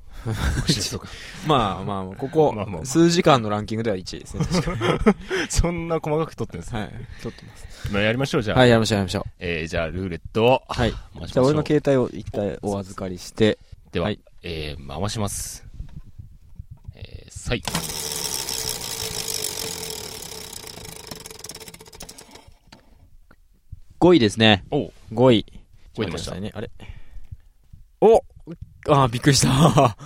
Speaker 1: そうか
Speaker 2: <laughs> まあまあこ
Speaker 1: まあまあま
Speaker 2: こ
Speaker 1: あ
Speaker 2: 数時間のランキングでは1位ですね確か
Speaker 1: そんな細かく取ってんですね。
Speaker 2: <laughs> にはい撮ってます
Speaker 1: まあやりましょう、じゃあ。
Speaker 2: はいやりましょうやりましょう
Speaker 1: えーじゃあ、ルーレットを
Speaker 2: は
Speaker 1: 回
Speaker 2: い
Speaker 1: しまし
Speaker 2: じゃ
Speaker 1: ょ
Speaker 2: あ
Speaker 1: う。
Speaker 2: 俺の携帯を一回お預かりして
Speaker 1: では、
Speaker 2: はい
Speaker 1: えー回します。えー、さい。
Speaker 2: 5位ですね
Speaker 1: おう
Speaker 2: 5位
Speaker 1: 5位出ました
Speaker 2: ちょっと待ってくださいねあれおああびっくりした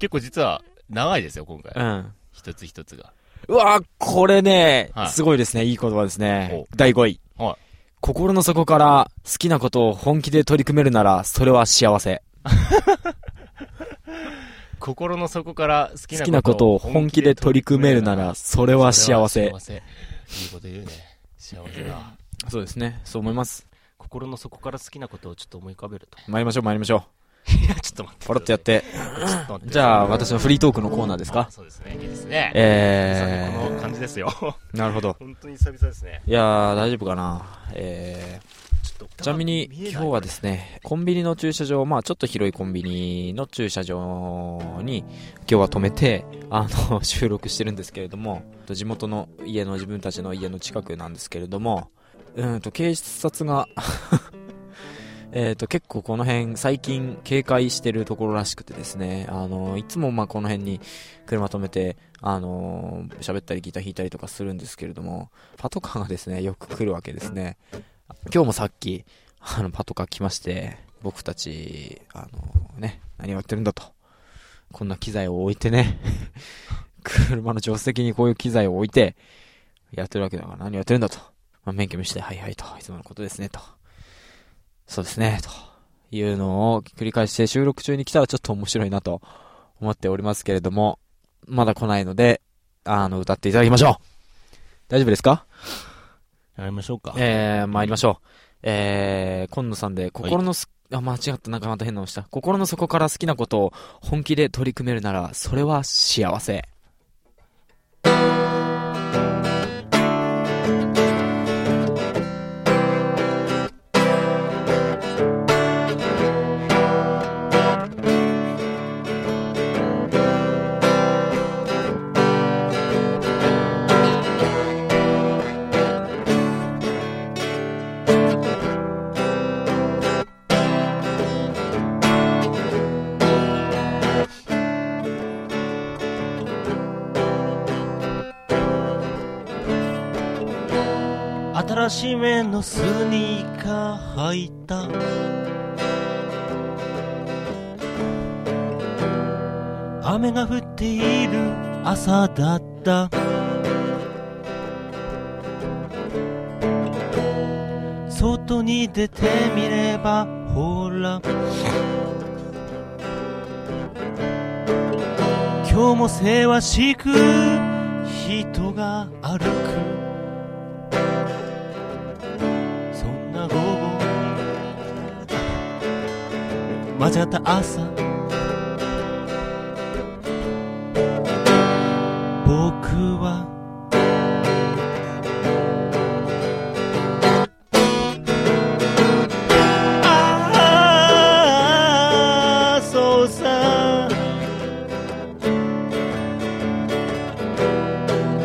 Speaker 1: 結構実は、長いですよ、今回
Speaker 2: う。ん
Speaker 1: 一つ一つが。
Speaker 2: うわーこれね、
Speaker 1: はい
Speaker 2: すごいですね。いい言葉ですね
Speaker 1: お。
Speaker 2: 第5位。
Speaker 1: はい
Speaker 2: 心の底から好きなことを本気で取り組めるなら、それは幸せ。
Speaker 1: 心の底から好き
Speaker 2: 好きなことを本気で取り組めるなら、それは幸
Speaker 1: い
Speaker 2: せ。
Speaker 1: いこと言うね。幸せだ。
Speaker 2: そうですね。そう思います。
Speaker 1: <laughs> 心の底から好きなことをちょっと思い浮かべると。
Speaker 2: 参りましょう、参りましょ
Speaker 1: いや、ちょっと待って。
Speaker 2: う。ポロッとやって。
Speaker 1: ちょっと待って。
Speaker 2: じゃあ、私のフリートークのコーナーです
Speaker 1: あ
Speaker 2: か
Speaker 1: そうですね。いいですね。
Speaker 2: え
Speaker 1: 久々にこの感じですよ。 <laughs>
Speaker 2: ー、なるほど。
Speaker 1: 本当に久々ですね。
Speaker 2: いやー、大丈夫かな。え
Speaker 1: ちょっと。
Speaker 2: ー、ちなみに、今日はですね、コンビニの駐車場、まあちょっと広いコンビニの駐車場に、今日は止めて、あの、 <laughs> 収録してるんですけれども、と地元の家の自分たちの家の近くなんですけれども、うーんと、警察が、 <laughs> えっと、結構この辺、最近警戒してるところらしくてですね、あの、いつもまあこの辺に車止めて、あの、喋ったりギター弾いたりとかするんですけれども、パトカーがですね、よく来るわけですね。今日もさっき、あの、パトカー来まして、僕たち、あの、ね、何をやってるんだと。こんな機材を置いてね、 <laughs> 車の助手席にこういう機材を置いて、やってるわけだから何をやってるんだと。まあ、免許見せて、はいはいと、いつものことですね、と。そうですね、というのを繰り返して収録中に来たらちょっと面白いなと思っておりますけれども、まだ来ないので、あの、歌っていただきましょう大丈夫ですか
Speaker 1: やりましょうか。
Speaker 2: えー、参りましょう。えー、今野さんで、心のす、あ、間違った、なんかまた変なのした。心の底から好きなことを本気で取り組めるなら、それは幸せ。
Speaker 1: 新しめのスニーカー履いた雨が降っている朝だった外に出てみればほら今日もせわしく人が歩くそんな午後間違った朝僕はああそうさ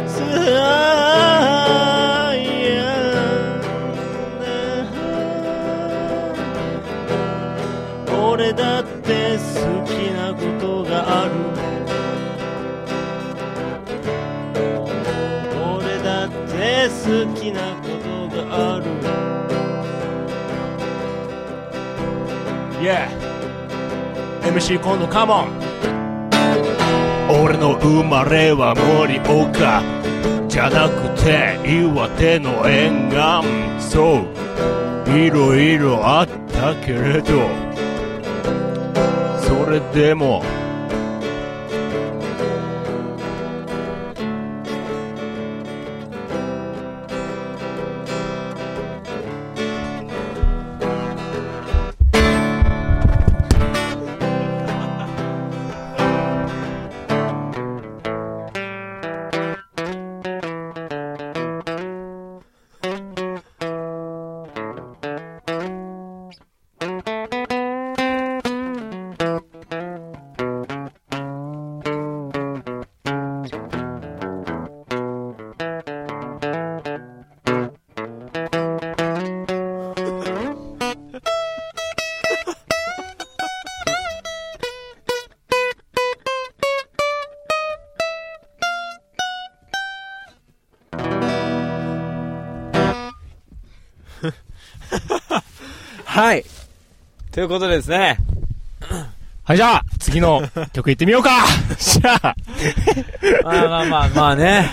Speaker 1: つらいやな俺だって好きなことがある俺だって好きなことがある Yeah MC 今度カモン俺の生まれは盛岡じゃなくて岩手の沿岸そういろいろあったけれどそれでも
Speaker 2: はい。ということでですね。
Speaker 1: はい、じゃあ、次の曲いってみよう
Speaker 2: <laughs>
Speaker 1: かじゃあ、
Speaker 2: まあまあまあ、まあね。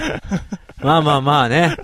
Speaker 2: まあまあまあね。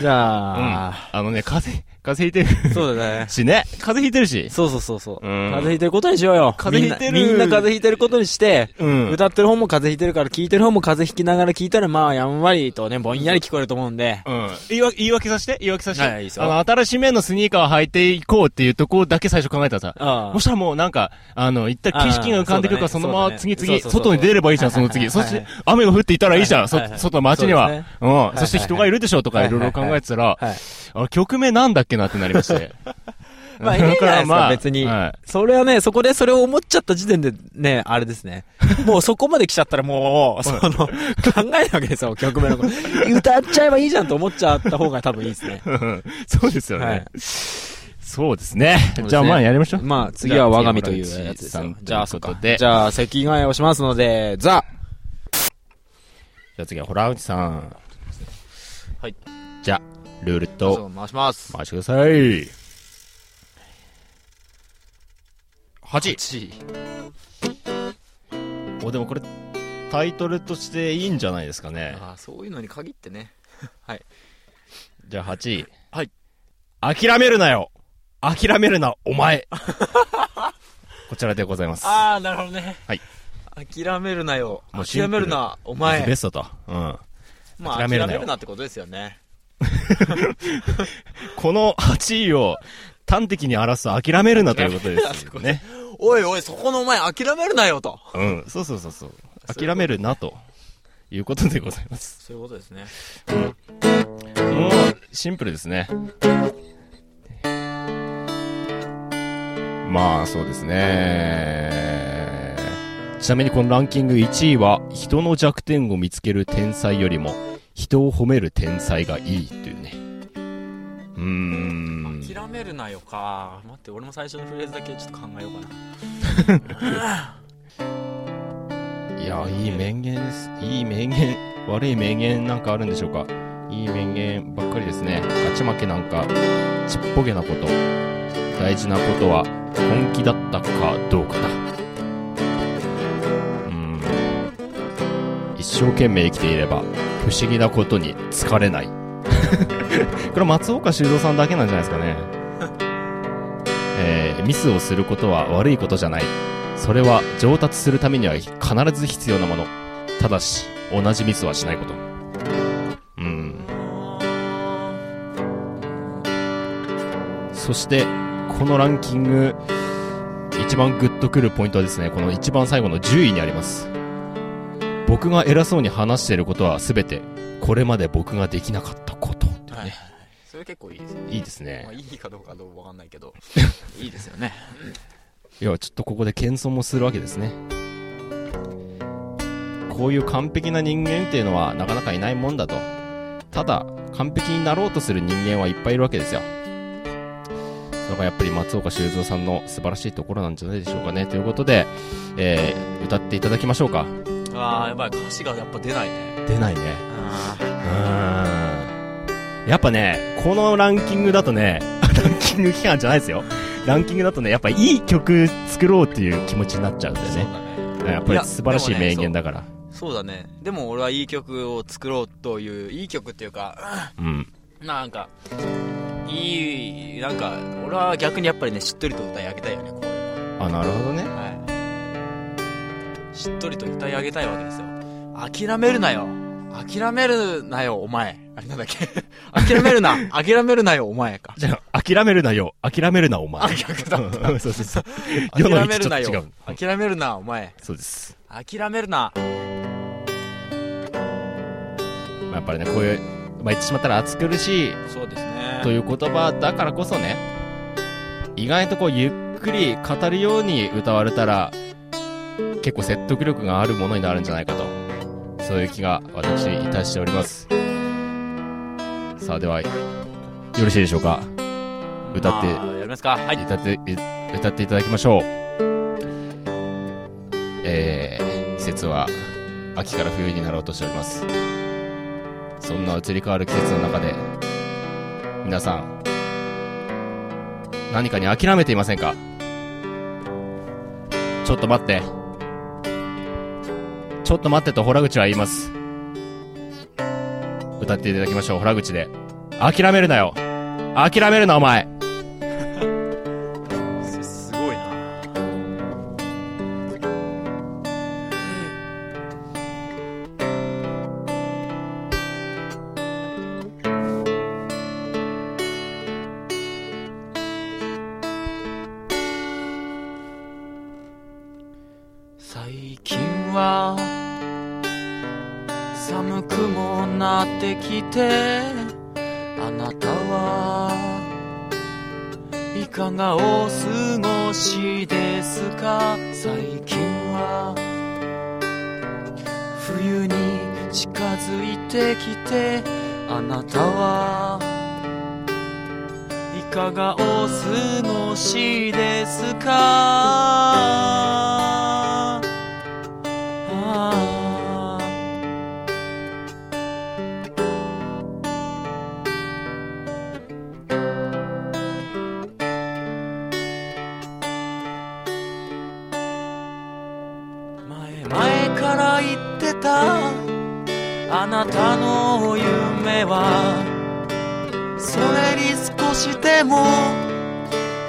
Speaker 2: じゃあ、
Speaker 1: あのね、風邪、風邪ひいてる
Speaker 2: そうだね。
Speaker 1: しね。風邪ひいてるし。
Speaker 2: そうそうそうそう。
Speaker 1: うん
Speaker 2: 風邪ひいてることにしようよ。
Speaker 1: 風邪ひいてる
Speaker 2: みんなみんな風邪ひいてることにして、
Speaker 1: うん。
Speaker 2: 歌ってる方も風邪ひいてるから、聞いてる方も風邪ひきながら聞いたら、まあ、やんわりとね、ぼんやり聞こえると思うんで。
Speaker 1: うん。言い訳、言い訳させて言い訳させて。
Speaker 2: はいいいですよ
Speaker 1: あの、新しめのスニーカーを履いていこうっていうとこだけ最初考えたらさ。
Speaker 2: あ
Speaker 1: そしたらもうなんか、あの、行ったら景色が浮かんでくるから、
Speaker 2: あー
Speaker 1: そ
Speaker 2: そ
Speaker 1: う
Speaker 2: だ
Speaker 1: の
Speaker 2: ね
Speaker 1: ま
Speaker 2: そうだ
Speaker 1: ま
Speaker 2: ね
Speaker 1: 次
Speaker 2: そう
Speaker 1: 々、
Speaker 2: そうそう
Speaker 1: 外に出ればいいじゃん、その
Speaker 2: は
Speaker 1: 次。
Speaker 2: いは
Speaker 1: そ
Speaker 2: いはい
Speaker 1: して、雨が降っていたらいいじゃん、そ <laughs>
Speaker 2: はいはいはい
Speaker 1: 外の街には
Speaker 2: そうです。
Speaker 1: うん。
Speaker 2: い
Speaker 1: そして人がいるでしょうとか、
Speaker 2: はい
Speaker 1: いろいろ考えてたら
Speaker 2: あ。、はい。
Speaker 1: あれ曲名なんだっけなってなりまして。
Speaker 2: <laughs> ま
Speaker 1: <laughs>
Speaker 2: あ、いいんじゃないです
Speaker 1: ま
Speaker 2: か、
Speaker 1: あ
Speaker 2: 別に
Speaker 1: は。
Speaker 2: それはね、そこでそれを思っちゃった時点でね、あれですね。もうそこまで来ちゃったらもう、その、考えないわけですよ、曲名のこと。歌っちゃえばいいじゃんと思っちゃった方が多分いいですね。
Speaker 1: うんそうですよね。
Speaker 2: はい
Speaker 1: そうですね。
Speaker 2: すね
Speaker 1: じゃあまあやりましょう。
Speaker 2: まあ、次は我が身というやつです
Speaker 1: じゃあ
Speaker 2: よ
Speaker 1: 次は我が身さん。
Speaker 2: じゃあ、そっ
Speaker 1: というこ
Speaker 2: か
Speaker 1: と。で
Speaker 2: じゃあ、席替えをしますので、ザ
Speaker 1: じゃあ次はホラウチさん。
Speaker 2: はい。
Speaker 1: じゃあ、ルールと
Speaker 2: 回します。
Speaker 1: 回してください。8。
Speaker 2: 1
Speaker 1: お、でもこれ、タイトルとしていいんじゃないですかね。
Speaker 2: あそういうのに限ってね。
Speaker 1: じゃあ8位。
Speaker 2: はい。
Speaker 1: 諦めるなよ諦めるな、お前
Speaker 2: <laughs>
Speaker 1: こちらでございます。
Speaker 2: ああ、なるほどね。
Speaker 1: はい。
Speaker 2: 諦めるなよ。
Speaker 1: もうシンプル
Speaker 2: 諦めるな、お
Speaker 1: ベ
Speaker 2: 前。
Speaker 1: ストと。うん。
Speaker 2: まあ、
Speaker 1: 諦め
Speaker 2: 諦め
Speaker 1: るなよ
Speaker 2: るなってことですよね。
Speaker 1: この8位を端的に荒らすと諦めるなということですよ
Speaker 2: <laughs>
Speaker 1: ね。
Speaker 2: おいおい、そこのお前、諦めるなよと。
Speaker 1: うん、そうそうそうそう。諦めるなということでございます。
Speaker 2: そういうことですね。
Speaker 1: もうシンプルですね。まあそうですね。ちなみにこのランキング1位は人の弱点を見つける天才よりも人を褒める天才がいいというね。うーん。
Speaker 2: 諦めるなよか。待って、俺も最初のフレーズだけちょっと考えようかな。
Speaker 1: いや、いい名言です。いい名言。 <laughs> 悪い名言なんかあるんでしょうかいい名言ばっかりですね。勝ち負けなんか、ちっぽけなこと。大事なことは、本気だったかどうかだ。うーん。一生懸命生きていれば、不思議なことに疲れない。 <laughs> これ松岡修造さんだけなんじゃないですかね。えーミスをすることは悪いことじゃない。それは上達するためには必ず必要なものただし同じミスはしないことうんそしてこのランキング一番グッとくるポイントはですねこの一番最後の10位にあります僕が偉そうに話していることは全てこれまで僕ができなかったことっていうね、
Speaker 2: それ結構いいですね。
Speaker 1: い、いですね
Speaker 2: まあ、いいかどうかどうかわかんない <laughs> けど。いいですよね。
Speaker 1: いやちょっとここで謙遜もするわけですねこういう完璧な人間っていうのはなかなかいないもんだとただ完璧になろうとする人間はいっぱいいるわけですよそれがやっぱり松岡修造さんの素晴らしいところなんじゃないでしょうかねということで、えー歌っていただきましょうか
Speaker 2: ああ、やばい、歌詞がやっぱ出ないね。
Speaker 1: 出ないね
Speaker 2: あ
Speaker 1: うーんやっぱねこのランキングだとね <laughs> ランキング期間じゃないですよランキングだとねやっぱいい曲作ろうっていう気持ちになっちゃうんだ
Speaker 2: あ、
Speaker 1: よ
Speaker 2: そう
Speaker 1: ね
Speaker 2: だね。
Speaker 1: やっぱり素晴らしい名言だから。
Speaker 2: そうだね。でも俺はいい曲を作ろうという、いい曲っていうか、
Speaker 1: うん。
Speaker 2: なんか、いい、なんか、俺は逆にやっぱりね、しっとりと歌い上げたいよね、こういうのは。
Speaker 1: あ、なるほどね。
Speaker 2: はい、しっとりと歌い上げたいわけですよ諦めるなよ諦めるなよお前あれなんだっけ <laughs> 諦めるな諦めるなよお前か <laughs>
Speaker 1: じゃあ、諦めるなよ。諦めるな、お前。
Speaker 2: あ逆だった
Speaker 1: <laughs> うんそうそうそう。世の
Speaker 2: 諦め
Speaker 1: 道
Speaker 2: る
Speaker 1: ちょっと
Speaker 2: な
Speaker 1: 違
Speaker 2: よ
Speaker 1: う。
Speaker 2: 諦めるなお前
Speaker 1: そうです。
Speaker 2: 諦めるな
Speaker 1: まあやっぱりね、こういう、まあ、言ってしまったら暑苦しい
Speaker 2: そうですね
Speaker 1: という言葉だからこそね、意外とこう、ゆっくり語るように歌われたら、結構説得力があるものになるんじゃないかと。そういう気が私いたしております。さあ、では、よろしいでしょうか。歌って
Speaker 2: まあやりますかはい
Speaker 1: 歌って、え歌っていただきましょう。えー、季節は秋から冬になろうとしております。そんな移り変わる季節の中で、皆さん、何かに諦めていませんかちょっと待ってちょっと待ってと洞口は言います歌っていただきましょう洞口で諦めるなよ諦めるなお前
Speaker 2: すすごいな最近は寒くもなってきてあなたはいかがお過ごしですか最近は冬に近づいてきてあなたはいかがお過ごしですかああ前々から言ってたあなたの夢はそれに少しでも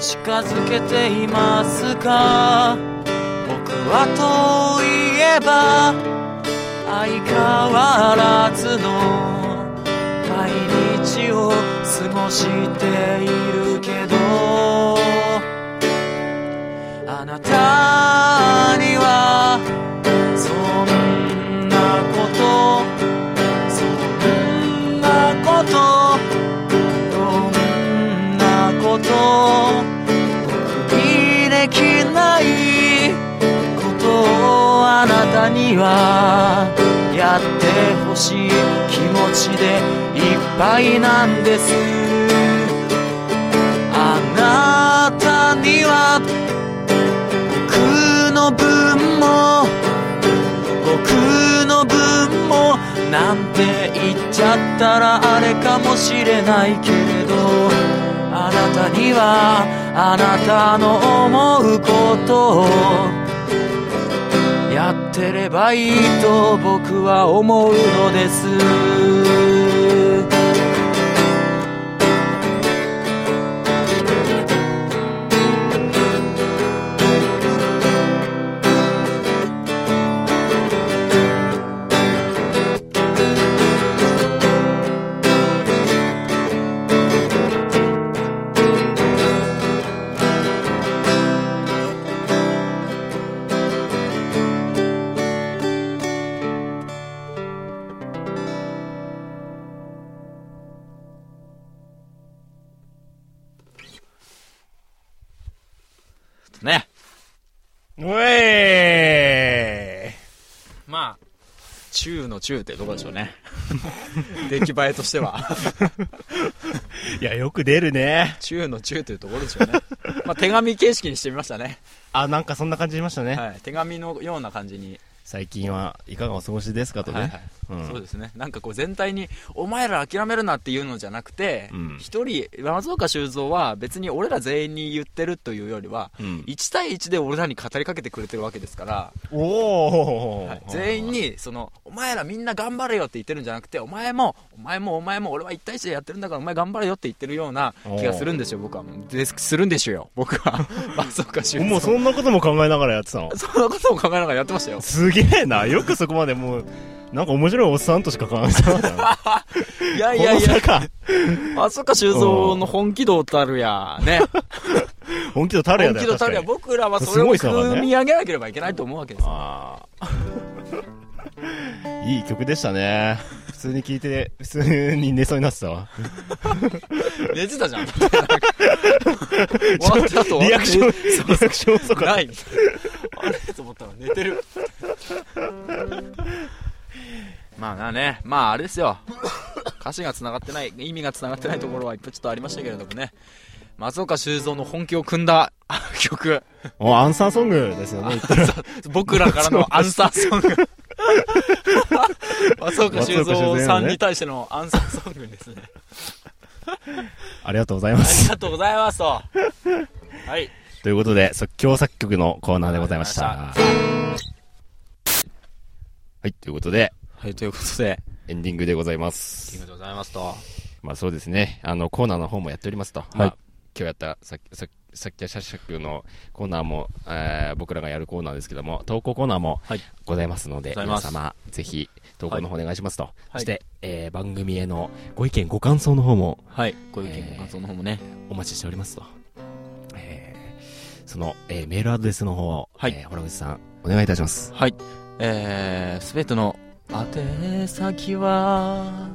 Speaker 2: 近づけていますか僕はといえば相変わらずの毎日を過ごしているけどあなたにはそんなことそんなことどんなこと僕にできないことをあなたにはやってほしい気持ちでいっぱいなんですあなたには僕の分も僕の分もなんて言っちゃったらあれかもしれないけれどあなたにはあなたの思うことをやってればいいと僕は思うのですね
Speaker 1: うえ
Speaker 2: まあ、中の中ってどこでしょうね。 <laughs> 出来栄えとしては。
Speaker 1: いやよく出るね
Speaker 2: 中の中というところでしょうね。 <laughs> まあ、手紙形式にしてみましたね。
Speaker 1: あなんかそんな感じしましたね、
Speaker 2: はい。手紙のような感じに。
Speaker 1: 最近はいかがお過ごしですかとね、
Speaker 2: はいはい
Speaker 1: うん
Speaker 2: そうですね。なんかこう全体に、お前ら諦めるなっていうのじゃなくて
Speaker 1: うん、
Speaker 2: 一、人、松岡修造は別に俺ら全員に言ってるというよりは、
Speaker 1: うん
Speaker 2: 1対1で俺らに語りかけてくれてるわけですから、
Speaker 1: おお、
Speaker 2: はい全員にそのお前らみんな頑張れよって言ってるんじゃなくてお前もお前もお前も俺は一対一でやってるんだからお前頑張れよって言ってるような気がするんですよ僕はですするんですよ僕は <laughs> 松岡修造
Speaker 1: もうそんなことも考えながらやってたの
Speaker 2: そんなことを考えながらやってましたよ
Speaker 1: すげえなよくそこまでもうなんか面白いおっさんとしか考えてなかったな
Speaker 2: <laughs> いやい
Speaker 1: こ
Speaker 2: や
Speaker 1: の
Speaker 2: いや
Speaker 1: 差か
Speaker 2: 松岡修造の本気度たるやね
Speaker 1: 本気度たるや
Speaker 2: 本
Speaker 1: だ
Speaker 2: 気
Speaker 1: よ
Speaker 2: 度た
Speaker 1: 確か
Speaker 2: るや
Speaker 1: に
Speaker 2: 僕らはそ
Speaker 1: す
Speaker 2: れ
Speaker 1: ご
Speaker 2: を
Speaker 1: い差がね
Speaker 2: 組み上げなければいけないと思うわけですよ
Speaker 1: ああいい曲でしたね普通に聴いて普通に寝そうになってたわ
Speaker 2: 寝てたじゃん終わった後
Speaker 1: リアクションリアクション遅かっ
Speaker 2: な
Speaker 1: た
Speaker 2: いあれと思ったら寝てるまあなねまああれですよ歌詞がつながってない意味がつながってないところはいっぱいちょっとありましたけれどもね松岡修造の本気を組んだあ曲
Speaker 1: おアンサーソングですよね言ったら
Speaker 2: 僕ら <laughs> からのアンサーソング <laughs> <laughs> 松岡修造さんに対してのアンサーソングですね
Speaker 1: ありがとうございま
Speaker 2: あり
Speaker 1: す。
Speaker 2: がとうございますと。はい。
Speaker 1: ということで、即興作曲のコーナーでございました。は
Speaker 2: あ
Speaker 1: い、ということで、
Speaker 2: はい、ということで、あ
Speaker 1: エンディングでございま
Speaker 2: りが
Speaker 1: す。
Speaker 2: とうございますと。
Speaker 1: まあそうですね、あの、コーナーの方もやっておりますと。まあ今日やった、さっき、さっき、さっきはシャッシャックのコーナーも、えー僕らがやるコーナーですけども、投稿コーナーも
Speaker 2: はい
Speaker 1: ございますので、
Speaker 2: ござい
Speaker 1: 皆
Speaker 2: ます
Speaker 1: 様、ぜひ、投稿の方お願いしますと。
Speaker 2: い
Speaker 1: そして、えー番組へのご意見、ご感想の方も
Speaker 2: はい。ご意見、ご感想の方もね。
Speaker 1: お待ちしておりますと。えーその、えーメールアドレスの方を、
Speaker 2: はい
Speaker 1: えー堀口さん、お願いいたします。
Speaker 2: はい。えー、すべての宛先は、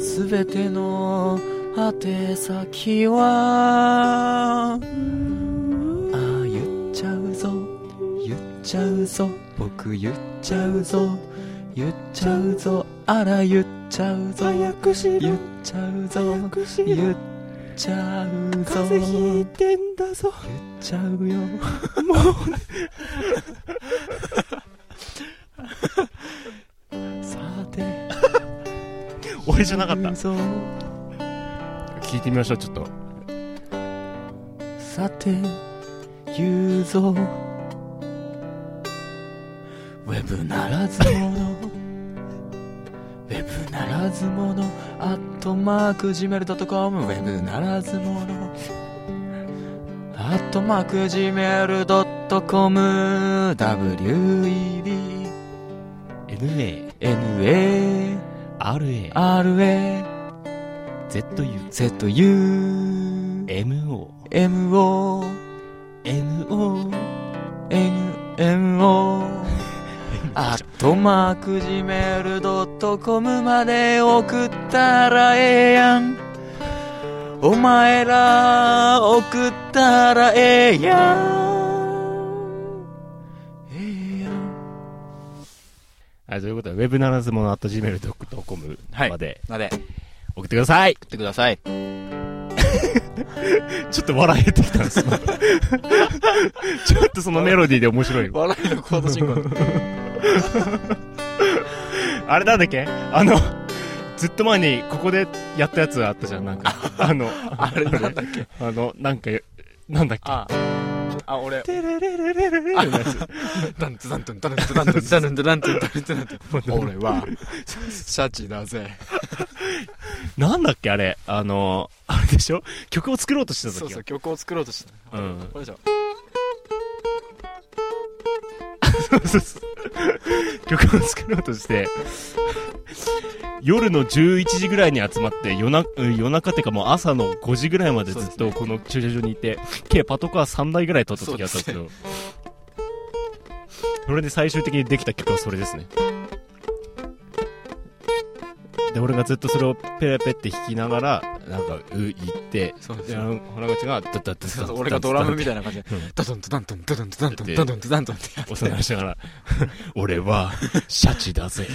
Speaker 2: すべての宛先は、あー、言っちゃうぞ、言っちゃうぞ、僕言っちゃうぞ、言っちゃうぞ、あら言っちゃうぞ、
Speaker 3: 早くし
Speaker 2: 言
Speaker 3: ろ
Speaker 2: っちゃうぞ、
Speaker 3: 早くしろ
Speaker 2: 言っちゃうぞ、
Speaker 3: 風邪ひいてんだぞ
Speaker 2: 言っちゃうよ。 <laughs> さて、
Speaker 1: 俺じゃなかっ
Speaker 2: 言う
Speaker 1: た。
Speaker 2: ぞ
Speaker 1: 聞いてみましょう、ちょっと。
Speaker 2: さて、言うぞ。ウェブならず者。 <laughs> ウェブならず者。アットマーク Gmail.com。ウェブならず者。アットマーク Gmail.com。WEB。
Speaker 1: NA、
Speaker 2: NA
Speaker 1: RA、
Speaker 2: RA
Speaker 1: ZU、
Speaker 2: ZU
Speaker 1: MO、
Speaker 2: MO
Speaker 1: NO、
Speaker 2: NMO アットマーク Gmail.com まで送ったらええやんお前ら送ったらええやんええやん
Speaker 1: はい、ということで、ウェブならずもの at gmail.com
Speaker 2: はい
Speaker 1: まで
Speaker 2: まで送
Speaker 1: 送ってください、
Speaker 2: ってください
Speaker 1: ちょっと笑えてきたん <laughs> ですよちょっとそのメロディーで面白い。
Speaker 2: 笑いのコード進行
Speaker 1: あれなんだっけあの、ずっと前にここでやったやつあったじゃん、なん <laughs> か。あの、
Speaker 2: <laughs> あれなんだっけ
Speaker 1: あの、なんか、なんだっけ
Speaker 2: ああ俺
Speaker 1: テレレレレレレ
Speaker 2: ダンツダンツンダンツダンツンダンツンダンツンダンツンダンツン俺はシャチだぜ
Speaker 1: なんだっけあれ、あの、あれでしょ曲を作ろうとしてた
Speaker 2: そう
Speaker 1: 時
Speaker 2: そ
Speaker 1: は
Speaker 2: う曲を作ろうとした
Speaker 1: うん
Speaker 2: これでしょ
Speaker 1: そうそう曲を作ろうとして、夜の11時ぐらいに集まって、夜な夜中っていうかもう朝の5時ぐらいまでずっ
Speaker 2: そう
Speaker 1: と
Speaker 2: です
Speaker 1: この駐車場にいて、計パトカー3台ぐらい撮った時あったんですけど、それで最終的にできた曲はそれですね。で、俺がずっとそれをペラペって弾きながら、なんか、う、言って、
Speaker 2: そう
Speaker 1: で、あの、花口が、だだだ
Speaker 2: そうそう俺がドラムみ
Speaker 1: い
Speaker 2: たいな感じで
Speaker 1: うん
Speaker 2: ダドンとダントンダドンとダントンダドンとダントンってやっ
Speaker 1: な。おさらいしながら、 <laughs> 俺は、シャチだぜ。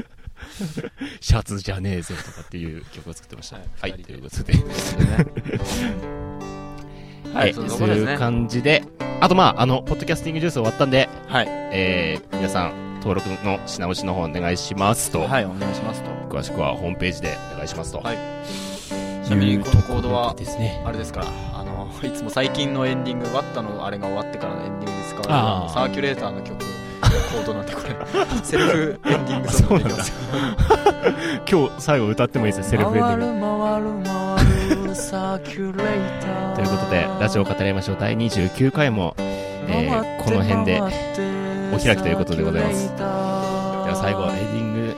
Speaker 1: <laughs> シャツじゃねえぜとかっていう曲を作ってました。
Speaker 2: は
Speaker 1: はいい、
Speaker 2: 二人
Speaker 1: と
Speaker 2: で
Speaker 1: いうことで。
Speaker 2: て
Speaker 1: はい、
Speaker 2: そ
Speaker 1: そ
Speaker 2: ん
Speaker 1: う
Speaker 2: なことです
Speaker 1: い
Speaker 2: ね
Speaker 1: う感じで、あとまあ、あの、ポッドキャスティングジュース終わったんで、
Speaker 2: はい
Speaker 1: えー、皆さん、登録のし直しの方お願いしますと、
Speaker 2: はいお願いしますと
Speaker 1: 詳しくはホームページでお願いしますと。
Speaker 2: は
Speaker 1: い
Speaker 2: い
Speaker 1: う
Speaker 2: ちなみにこのコード
Speaker 1: ところ
Speaker 2: は
Speaker 1: ですね。
Speaker 2: あれですからあのいつも最近のエンディングワッタのあれが終わってからのエンディングですか
Speaker 1: あ
Speaker 2: ら
Speaker 1: ー
Speaker 2: サーキュレーターの曲のコードなんでこれセルフエンディング
Speaker 1: あ
Speaker 2: ソ
Speaker 1: そ
Speaker 2: ン
Speaker 1: う
Speaker 2: グ
Speaker 1: なん
Speaker 2: で
Speaker 1: だ
Speaker 2: すよ。
Speaker 1: 今日最後歌ってもいいですね、セルフエンディング。
Speaker 2: 回る回るサーキュレーター
Speaker 1: ということで、ラジオ語りましょう第29回も、えーこの辺で、でお開きということでございます
Speaker 2: では
Speaker 1: は最後、エンディング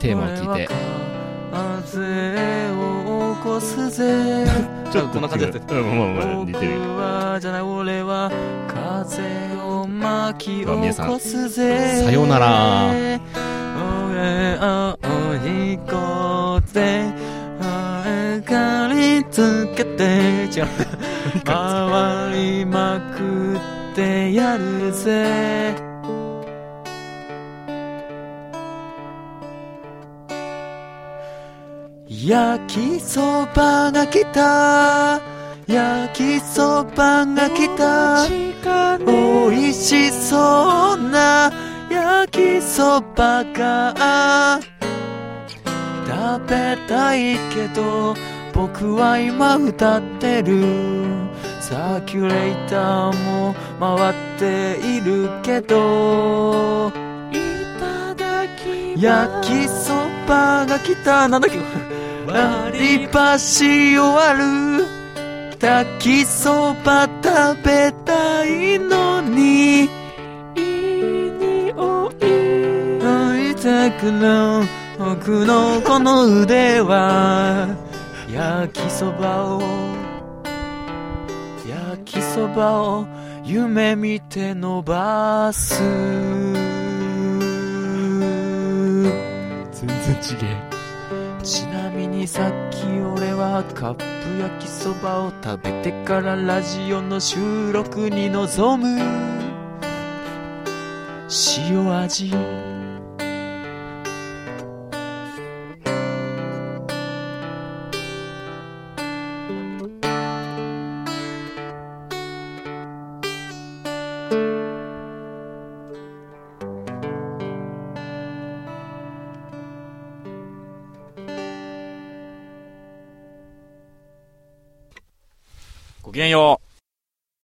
Speaker 1: テーマを聞いて、
Speaker 2: 風を起こす <laughs> ぜ
Speaker 1: ちょっと
Speaker 2: こんな感じだった
Speaker 1: 違ううん、もう、もう、似てる。
Speaker 2: 僕はじゃない俺は風を巻き起こすぜ
Speaker 1: さようなら
Speaker 2: 俺を追いこうぜ明かりつけて違
Speaker 1: <laughs>
Speaker 2: う回りまくってやるぜ焼きそばが来た焼きそばが来た美味しそうな焼きそばが
Speaker 4: 食べたいけど僕は今歌ってるサーキュレーターも回っているけど
Speaker 3: ただき
Speaker 4: 焼きそばが来たなんだっけ割り箸終わる炊きそば食べたいのに
Speaker 3: いい匂い
Speaker 4: 会いたくない僕のこの腕は焼きそばを焼きそばを夢見て伸ばす
Speaker 1: 全然ちげえ
Speaker 4: ちなみにさっき俺はカップ焼きそばを食べてからラジオの収録に臨む塩味
Speaker 2: ごきげんよう。